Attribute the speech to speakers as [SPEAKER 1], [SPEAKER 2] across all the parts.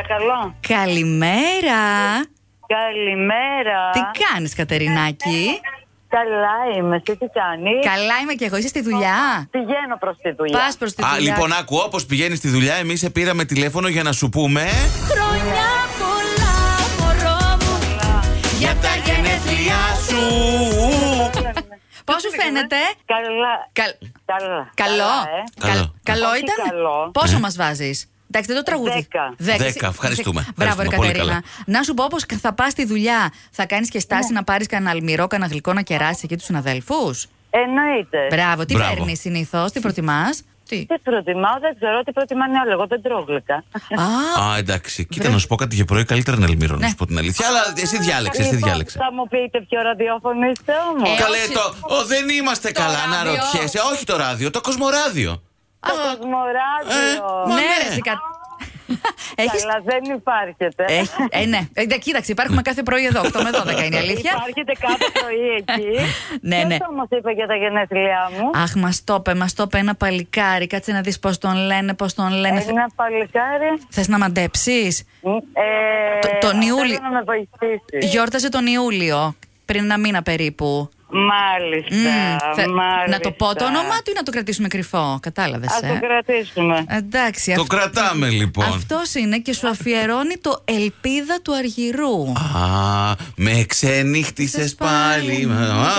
[SPEAKER 1] Παρακαλώ.
[SPEAKER 2] Καλημέρα.
[SPEAKER 1] Καλημέρα.
[SPEAKER 2] Τι κάνεις Κατερινάκη.
[SPEAKER 1] Καλά είμαι, εσύ τι κάνεις.
[SPEAKER 2] Καλά είμαι και εγώ. Είσαι στη δουλειά.
[SPEAKER 1] Πηγαίνω προς τη δουλειά.
[SPEAKER 2] Πας προς τη
[SPEAKER 3] Α,
[SPEAKER 2] δουλειά.
[SPEAKER 3] λοιπόν, άκου, όπως πηγαίνεις στη δουλειά, εμείς σε πήραμε τηλέφωνο για να σου πούμε.
[SPEAKER 2] Χρόνια πολλά μωρό μου για τα γενέθλιά σου. Πώς σου φαίνεται.
[SPEAKER 1] Καλά.
[SPEAKER 2] Καλ-
[SPEAKER 1] Καλά.
[SPEAKER 2] Καλό.
[SPEAKER 1] Καλά, ε.
[SPEAKER 2] Καλ- Καλό
[SPEAKER 1] Όχι
[SPEAKER 2] ήταν.
[SPEAKER 1] καλό.
[SPEAKER 2] Πόσο μας βάζεις. Εντάξει, δεν το τραγούδι.
[SPEAKER 1] Δέκα.
[SPEAKER 3] Δέκα, ευχαριστούμε.
[SPEAKER 2] Μπράβο, ρε
[SPEAKER 3] Ευχαριστούμε, πολύ
[SPEAKER 2] Κατερίνα. Να σου πω πώ θα πας στη δουλειά, θα κάνεις και στάση
[SPEAKER 1] Ναι.
[SPEAKER 2] να πάρεις κανένα αλμυρό, κανένα γλυκό να κεράσει εκεί τους συναδέλφους.
[SPEAKER 1] Εννοείται.
[SPEAKER 2] Μπράβο, τι
[SPEAKER 3] Μπράβο.
[SPEAKER 2] παίρνεις συνήθως, τι προτιμάς. Τι.
[SPEAKER 1] Τι προτιμάω, δεν ξέρω τι προτιμάνε όλοι. Εγώ δεν τρώω γλυκά.
[SPEAKER 2] Α,
[SPEAKER 3] Α, εντάξει. Κοίτα, να σου πω κάτι για πρωί. Καλύτερα να ελμύρω,
[SPEAKER 2] Ναι.
[SPEAKER 3] να σου πω την αλήθεια. Αλλά εσύ διάλεξες, εσύ
[SPEAKER 1] Λοιπόν,
[SPEAKER 3] διάλεξες.
[SPEAKER 1] Θα μου πείτε ποιο ραδιόφωνο είστε όμως.
[SPEAKER 2] Ε,
[SPEAKER 3] Καλέ
[SPEAKER 2] όχι.
[SPEAKER 3] το. Ω, δεν είμαστε
[SPEAKER 2] Το
[SPEAKER 3] καλά, να
[SPEAKER 2] ράδιο.
[SPEAKER 3] ρωτιέσαι. Όχι το ράδιο, το κοσμοράδιο.
[SPEAKER 1] Το Κοσμοράδιο.
[SPEAKER 3] Ε,
[SPEAKER 2] ναι,
[SPEAKER 3] μα
[SPEAKER 2] ναι.
[SPEAKER 3] ναι.
[SPEAKER 2] ρε, εσύ κα- Έχεις...
[SPEAKER 1] Καλά, δεν υπάρχετε.
[SPEAKER 2] Έχει... Ε, ναι. Ε, δε- κοίταξε, υπάρχουμε κάθε πρωί εδώ, 8 με 12 είναι η αλήθεια.
[SPEAKER 1] Υπάρχετε κάθε πρωί εκεί.
[SPEAKER 2] Ναι, ναι.
[SPEAKER 1] Αυτό όμως είπε για τα γενέθλιά μου.
[SPEAKER 2] Αχ, μας το είπε, μας το είπε ένα παλικάρι. Κάτσε να δεις πώς τον λένε, πώς τον λένε. Θε
[SPEAKER 1] Ένα παλικάρι.
[SPEAKER 2] θες να μαντέψεις.
[SPEAKER 1] Ε,
[SPEAKER 2] Το- τον Ιούλη-
[SPEAKER 1] Θέλω να με βοηθήσεις.
[SPEAKER 2] Γιόρταζε τον Ιούλιο, πριν ένα μήνα περίπου.
[SPEAKER 1] Μάλιστα,
[SPEAKER 2] Μμμ, θε-
[SPEAKER 1] μάλιστα.
[SPEAKER 2] Να το πω το ε. όνομά του ή να το κρατήσουμε κρυφό. Κατάλαβες.
[SPEAKER 1] Ας το κρατήσουμε.
[SPEAKER 2] Εντάξει,
[SPEAKER 3] Το
[SPEAKER 2] αυτό
[SPEAKER 3] κρατάμε λοιπόν.
[SPEAKER 2] αυτός είναι και σου αφιερώνει το Ελπίδα του Αργυρού.
[SPEAKER 3] Α, με ξενύχτησες πάλι.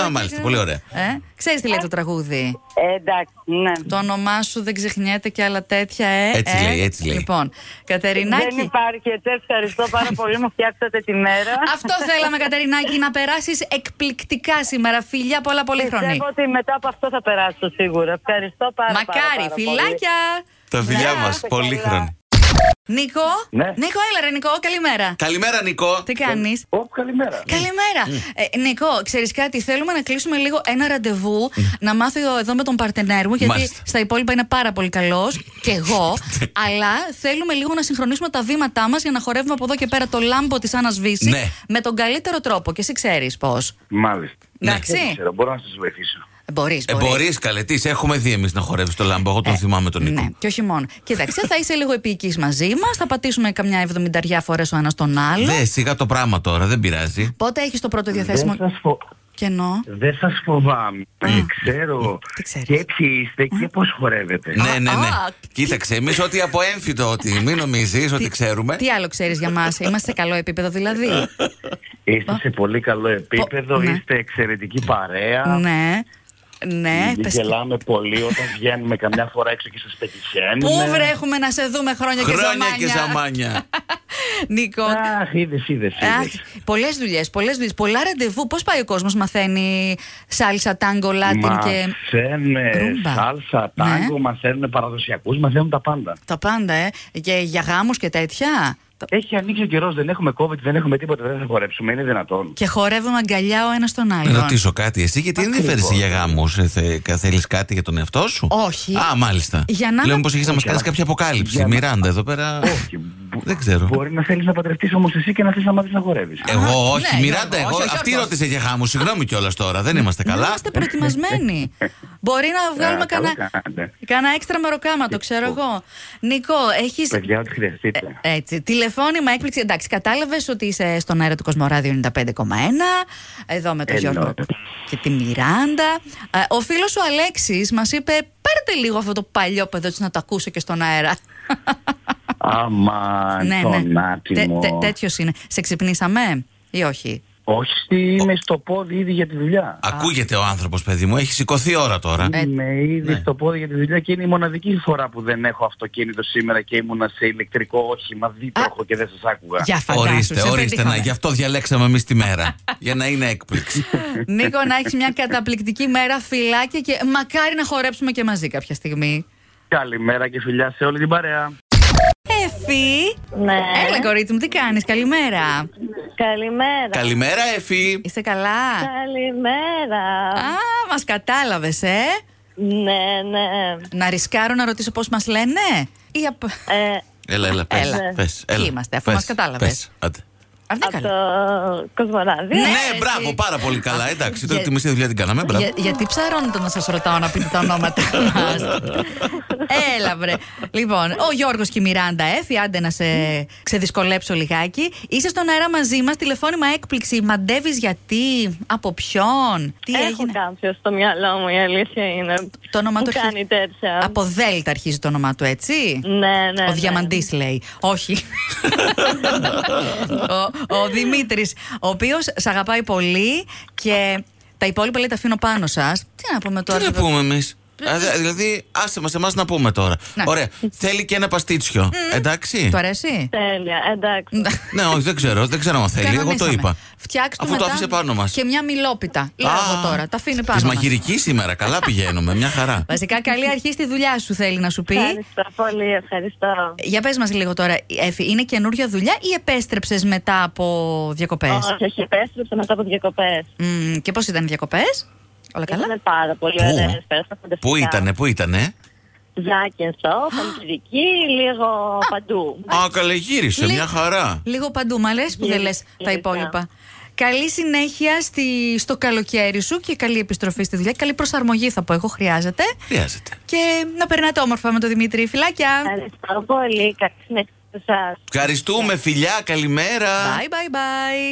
[SPEAKER 3] Α, μάλιστα, πολύ ωραία.
[SPEAKER 2] Ε, ξέρεις τι λέει το τραγούδι.
[SPEAKER 1] Ε, εντάξει, ναι.
[SPEAKER 2] Το όνομά σου δεν ξεχνιέται και άλλα τέτοια, ε.
[SPEAKER 3] Έτσι
[SPEAKER 2] ε.
[SPEAKER 3] λέει, έτσι λέει.
[SPEAKER 2] Λοιπόν,
[SPEAKER 1] Δεν
[SPEAKER 2] Κατερινάκη.
[SPEAKER 1] υπάρχει, έτσι, ευχαριστώ πάρα πολύ, μου φτιάξατε τη μέρα.
[SPEAKER 2] Αυτό θέλαμε, Κατερινάκη, να περάσεις εκπληκτικά σήμερα. Φιλιά πολλά, πολύ χρονή.
[SPEAKER 1] Πιστεύω ότι μετά από αυτό θα περάσω σίγουρα. Ευχαριστώ πάρα, πάρα,
[SPEAKER 2] Μακάρι,
[SPEAKER 1] πάρα πολύ.
[SPEAKER 2] φιλάκια.
[SPEAKER 3] Τα φιλιά
[SPEAKER 2] Ναι.
[SPEAKER 3] μας,
[SPEAKER 1] είστε
[SPEAKER 3] πολύ
[SPEAKER 1] καλά.
[SPEAKER 3] χρόνο.
[SPEAKER 2] Νίκο,
[SPEAKER 4] Ναι.
[SPEAKER 2] Νίκο, έλα ρε, Νίκο, καλημέρα.
[SPEAKER 3] Καλημέρα, Νίκο.
[SPEAKER 2] Τι κάνεις.
[SPEAKER 4] Ω, καλημέρα.
[SPEAKER 2] Καλημέρα.
[SPEAKER 3] Ναι.
[SPEAKER 2] Ε, Νίκο, ξέρεις κάτι, θέλουμε να κλείσουμε λίγο ένα ραντεβού, να μάθω εδώ με τον παρτενέρ μου, γιατί
[SPEAKER 3] Ναι. Μάλιστα. Ναι.
[SPEAKER 2] στα υπόλοιπα είναι πάρα πολύ καλός και εγώ. αλλά θέλουμε λίγο να συγχρονίσουμε τα βήματά μας για να χορεύουμε από εδώ και πέρα το λάμπο της Άννας Βύση
[SPEAKER 3] Ναι.
[SPEAKER 2] με τον καλύτερο τρόπο. Και εσύ ξέρεις πώς.
[SPEAKER 4] Μάλιστα.
[SPEAKER 2] Εντάξει.
[SPEAKER 4] Δεν Ναι, ξέρω, μπορώ να σας βοηθήσω.
[SPEAKER 2] Μπορεί,
[SPEAKER 3] Ναι. Ε, μπορείς, καλέ, τι, σε έχουμε δει εμείς να χορεύεις το λάμπο. Εγώ τον θυμάμαι τον Νίκο.
[SPEAKER 2] Ναι, και όχι μόνο. Κοίταξε, θα είσαι λίγο επίκη μαζί μας, θα πατήσουμε καμιά 70 φορές ο ένας τον άλλο.
[SPEAKER 3] Δε, σιγά το πράγμα τώρα, δεν πειράζει.
[SPEAKER 2] Πότε έχεις το πρώτο διαθέσιμο
[SPEAKER 4] Δεν σας, φο...
[SPEAKER 2] κενό.
[SPEAKER 4] δεν σας φοβάμαι. Δεν ξέρω
[SPEAKER 2] ε, Τι ξέρεις.
[SPEAKER 4] και ποιοι είστε και πώς χορεύετε.
[SPEAKER 3] Ναι, ναι, ναι.
[SPEAKER 2] α,
[SPEAKER 3] Κοίταξε, εμείς ό,τι από έμφυτο, ότι μην νομίζεις ότι ξέρουμε.
[SPEAKER 2] Τι άλλο ξέρεις για μας, είμαστε σε καλό επίπεδο δηλαδή.
[SPEAKER 4] Είστε σε πολύ καλό επίπεδο,
[SPEAKER 2] ναι.
[SPEAKER 4] είστε εξαιρετική παρέα.
[SPEAKER 2] Ναι. Ναι,
[SPEAKER 4] Ήδη
[SPEAKER 2] πες-
[SPEAKER 4] γελάμε πολύ όταν βγαίνουμε καμιά φορά έξω και σας πετυχαίνουμε.
[SPEAKER 2] Πού βρέχουμε να σε δούμε χρόνια,
[SPEAKER 3] Χρόνια
[SPEAKER 2] και
[SPEAKER 3] και
[SPEAKER 2] ζαμάνια.
[SPEAKER 3] ζαμάνια.
[SPEAKER 2] Νίκο.
[SPEAKER 4] Αχ, είδες, είδες, είδες.
[SPEAKER 2] Πολλές δουλειές, πολλές δουλειές. Πολλά ραντεβού. Πώς πάει ο κόσμος, μαθαίνει σάλσα, τάγκο, λάτιν και.
[SPEAKER 4] Μαθαίνουμε
[SPEAKER 2] ρούμπα.
[SPEAKER 4] σάλσα,
[SPEAKER 2] Ναι.
[SPEAKER 4] τάγκο, μαθαίνουμε παραδοσιακούς, μαθαίνουν τα πάντα.
[SPEAKER 2] Τα πάντα, ε. Και για γάμους και τέτοια. Τα-
[SPEAKER 4] Έχει ανοίξει ο καιρός, δεν έχουμε COVID, δεν έχουμε τίποτα, δεν θα χορέψουμε, είναι δυνατόν.
[SPEAKER 2] Και χορεύουμε αγκαλιά ο ένας τον άλλον.
[SPEAKER 3] Να ρωτήσω κάτι, εσύ γιατί ενδιαφέρεσαι για γάμους, θέλεις κάτι για τον εαυτό σου.
[SPEAKER 2] Όχι.
[SPEAKER 3] Α, μάλιστα.
[SPEAKER 2] Για να-
[SPEAKER 3] Λέω μήπως έχεις να μας
[SPEAKER 4] Όχι,
[SPEAKER 3] κάνει
[SPEAKER 4] αλλά-
[SPEAKER 3] κάποια αποκάλυψη.
[SPEAKER 4] Για να-
[SPEAKER 3] Μιράντα, εδώ πέρα.
[SPEAKER 4] Όχι. μπο-
[SPEAKER 3] Δεν ξέρω.
[SPEAKER 4] Μπορεί να θέλεις να παντρευτείς όμως εσύ και να θέλει να μάθεις να χορεύεις.
[SPEAKER 2] Α,
[SPEAKER 3] Εγώ,
[SPEAKER 2] ναι,
[SPEAKER 3] όχι, Μιράντα,
[SPEAKER 2] Γιώργο,
[SPEAKER 3] εγώ.
[SPEAKER 2] όχι, ο
[SPEAKER 3] Αυτή
[SPEAKER 2] Γιώργος.
[SPEAKER 3] ρώτησε για γάμου. Συγγνώμη κιόλας τώρα, δεν είμαστε
[SPEAKER 2] Να
[SPEAKER 3] καλά.
[SPEAKER 2] Είμαστε προετοιμασμένοι. Μπορεί να βγάλουμε
[SPEAKER 4] Α, Ε, καλά
[SPEAKER 2] κανένα
[SPEAKER 4] κάνετε. Λοιπόν.
[SPEAKER 2] κανένα έξτρα μεροκάματο, ξέρω εγώ. Νίκο, έχεις.
[SPEAKER 4] Παιδιά, ό,τι
[SPEAKER 2] ε,
[SPEAKER 4] χρειαστείτε.
[SPEAKER 2] Έτσι. Τηλεφώνημα έκπληξη. Εντάξει, κατάλαβες ότι είσαι στον αέρα του Κοσμοράδιο 95,1. Εδώ με τον
[SPEAKER 4] Εννοώ.
[SPEAKER 2] Γιώργο και τη Μιράντα. Ε, Ο φίλος ο Αλέξης μας είπε: Πάρτε λίγο αυτό το παλιό παιδό της να το ακούσω και στον αέρα. Ναι,
[SPEAKER 4] Αμάν, τον
[SPEAKER 2] ε, Τε-
[SPEAKER 4] άτιμο.
[SPEAKER 2] τε- Τέτοιος είναι. Σε ξυπνήσαμε ή όχι.
[SPEAKER 4] Όχι, είμαι στο πόδι ήδη για τη δουλειά.
[SPEAKER 3] Ακούγεται ο άνθρωπος, παιδί μου, έχει σηκωθεί ώρα τώρα.
[SPEAKER 2] Ε,
[SPEAKER 4] Είμαι ήδη στο πόδι για τη δουλειά και είναι η μοναδική φορά που δεν έχω αυτοκίνητο σήμερα και ήμουνα σε ηλεκτρικό όχημα δίτροχο και δεν σας άκουγα.
[SPEAKER 2] Για φαντάσου,
[SPEAKER 3] Ορίστε,
[SPEAKER 2] σε
[SPEAKER 3] ορίστε, να,
[SPEAKER 2] πετύχαμε.
[SPEAKER 3] γι' αυτό διαλέξαμε εμείς τη μέρα. για να είναι έκπληξη.
[SPEAKER 2] Νίκο, να έχεις μια καταπληκτική μέρα, φυλάκια και μακάρι να χορέψουμε και μαζί κάποια στιγμή.
[SPEAKER 4] Καλημέρα και φιλιά σε όλη την παρέα.
[SPEAKER 2] Εφη!
[SPEAKER 1] Ναι.
[SPEAKER 2] Ε, Έλα, κορίτσι μου, τι κάνεις, καλημέρα.
[SPEAKER 1] Καλημέρα.
[SPEAKER 3] Καλημέρα, Εφη.
[SPEAKER 2] Είσαι καλά.
[SPEAKER 1] Καλημέρα.
[SPEAKER 2] Α, μας κατάλαβες, ε.
[SPEAKER 1] Ναι, ναι.
[SPEAKER 2] Να ρισκάρω να ρωτήσω πώς μας λένε. Ή απ...
[SPEAKER 1] Ε,
[SPEAKER 3] Έλα, έλα, πες,
[SPEAKER 2] Έλα.
[SPEAKER 3] πες,
[SPEAKER 2] Ποιοι
[SPEAKER 3] έλα.
[SPEAKER 2] είμαστε, αφού
[SPEAKER 3] Πες,
[SPEAKER 2] μας κατάλαβες.
[SPEAKER 3] πες, άντε.
[SPEAKER 1] Από
[SPEAKER 2] Αρνέκαλε.
[SPEAKER 1] το Κοσμοράδι.
[SPEAKER 2] Ναι,
[SPEAKER 3] Ναι,
[SPEAKER 2] εσύ.
[SPEAKER 3] μπράβο, πάρα πολύ καλά. Εντάξει, τώρα
[SPEAKER 2] Για-
[SPEAKER 3] τη μισή δουλειά την κάναμε. Μπράβο.
[SPEAKER 2] Για- γιατί ψαρώνετε να σας ρωτάω να πείτε τα ονόματα μα. Έλα, βρε. Λοιπόν, ο Γιώργος και η Μιράντα έφη, άντε να σε ξεδυσκολέψω λιγάκι. Είσαι στον αέρα μαζί μας, τηλεφώνημα έκπληξη. Μαντεύεις γιατί, από ποιον, τι
[SPEAKER 1] Έχω
[SPEAKER 2] έγινε.
[SPEAKER 1] κάποιο στο μυαλό μου, η αλήθεια είναι.
[SPEAKER 2] Το όνομα
[SPEAKER 1] που
[SPEAKER 2] του
[SPEAKER 1] κάνει
[SPEAKER 2] αρχίζει-
[SPEAKER 1] τέτοια.
[SPEAKER 2] Από Δέλτα αρχίζει το όνομά του, έτσι.
[SPEAKER 1] Ναι, ναι.
[SPEAKER 2] Ο
[SPEAKER 1] ναι.
[SPEAKER 2] Διαμαντής λέει. Όχι. ο ο Δημήτρης, ο οποίος σ' αγαπάει πολύ και τα υπόλοιπα λέει τα αφήνω πάνω σας. Τι να πούμε τώρα.
[SPEAKER 3] Τι να
[SPEAKER 2] εδώ.
[SPEAKER 3] πούμε εμείς. Δηλαδή, άσε μας εμάς να πούμε τώρα.
[SPEAKER 2] Ναι.
[SPEAKER 3] Ωραία. Θέλει και ένα παστίτσιο. Εντάξει.
[SPEAKER 2] Του αρέσει.
[SPEAKER 1] Τέλεια, εντάξει.
[SPEAKER 3] Ναι, όχι, δεν ξέρω. Δεν ξέρω αν θέλει. Εγώ Ε, το
[SPEAKER 2] Κανονίσαμε.
[SPEAKER 3] είπα.
[SPEAKER 2] Φτιάξ' του
[SPEAKER 3] Αφού το
[SPEAKER 2] μετά
[SPEAKER 3] άφησε πάνω μας.
[SPEAKER 2] Και μια μιλόπιτα. Λέω τώρα. Τα αφήνει πάνω.
[SPEAKER 3] Της
[SPEAKER 2] μας.
[SPEAKER 3] μαγειρικής σήμερα. Καλά πηγαίνουμε. Μια χαρά.
[SPEAKER 2] Βασικά, καλή αρχή στη δουλειά σου θέλει να σου πει.
[SPEAKER 1] Ευχαριστώ πολύ, ευχαριστώ.
[SPEAKER 2] Για πες μας λίγο τώρα, ε, Εφη, είναι καινούργια δουλειά ή επέστρεψες μετά από διακοπές
[SPEAKER 1] Όχι, όχι, επέστρεψα μετά από διακοπές.
[SPEAKER 2] Μμμ, και πώς ήταν οι διακοπές όλα καλά.
[SPEAKER 1] Ήταν πάρα πολύ
[SPEAKER 3] Πού?
[SPEAKER 1] ωραίε
[SPEAKER 3] Πού ήτανε, πού ήτανε.
[SPEAKER 1] Ζάκυνθο, Χαλκιδική, λίγο παντού.
[SPEAKER 3] Α, καλέ, γύρισε.
[SPEAKER 2] Λι-
[SPEAKER 3] Μια χαρά.
[SPEAKER 2] Λίγο παντού, μ' αρέσει που δεν
[SPEAKER 1] Γύρισα,
[SPEAKER 2] λες τα
[SPEAKER 1] γύρισα.
[SPEAKER 2] υπόλοιπα. Καλή συνέχεια στη, στο καλοκαίρι σου και καλή επιστροφή στη δουλειά. Καλή προσαρμογή θα πω εγώ, χρειάζεται.
[SPEAKER 3] Χρειάζεται.
[SPEAKER 2] Και να περνάτε όμορφα με τον Δημήτρη. Φιλάκια!
[SPEAKER 1] Ευχαριστώ πολύ. Καλή συνέχεια σε εσάς.
[SPEAKER 3] Ευχαριστούμε, φιλιά. Καλημέρα.
[SPEAKER 2] Bye bye bye!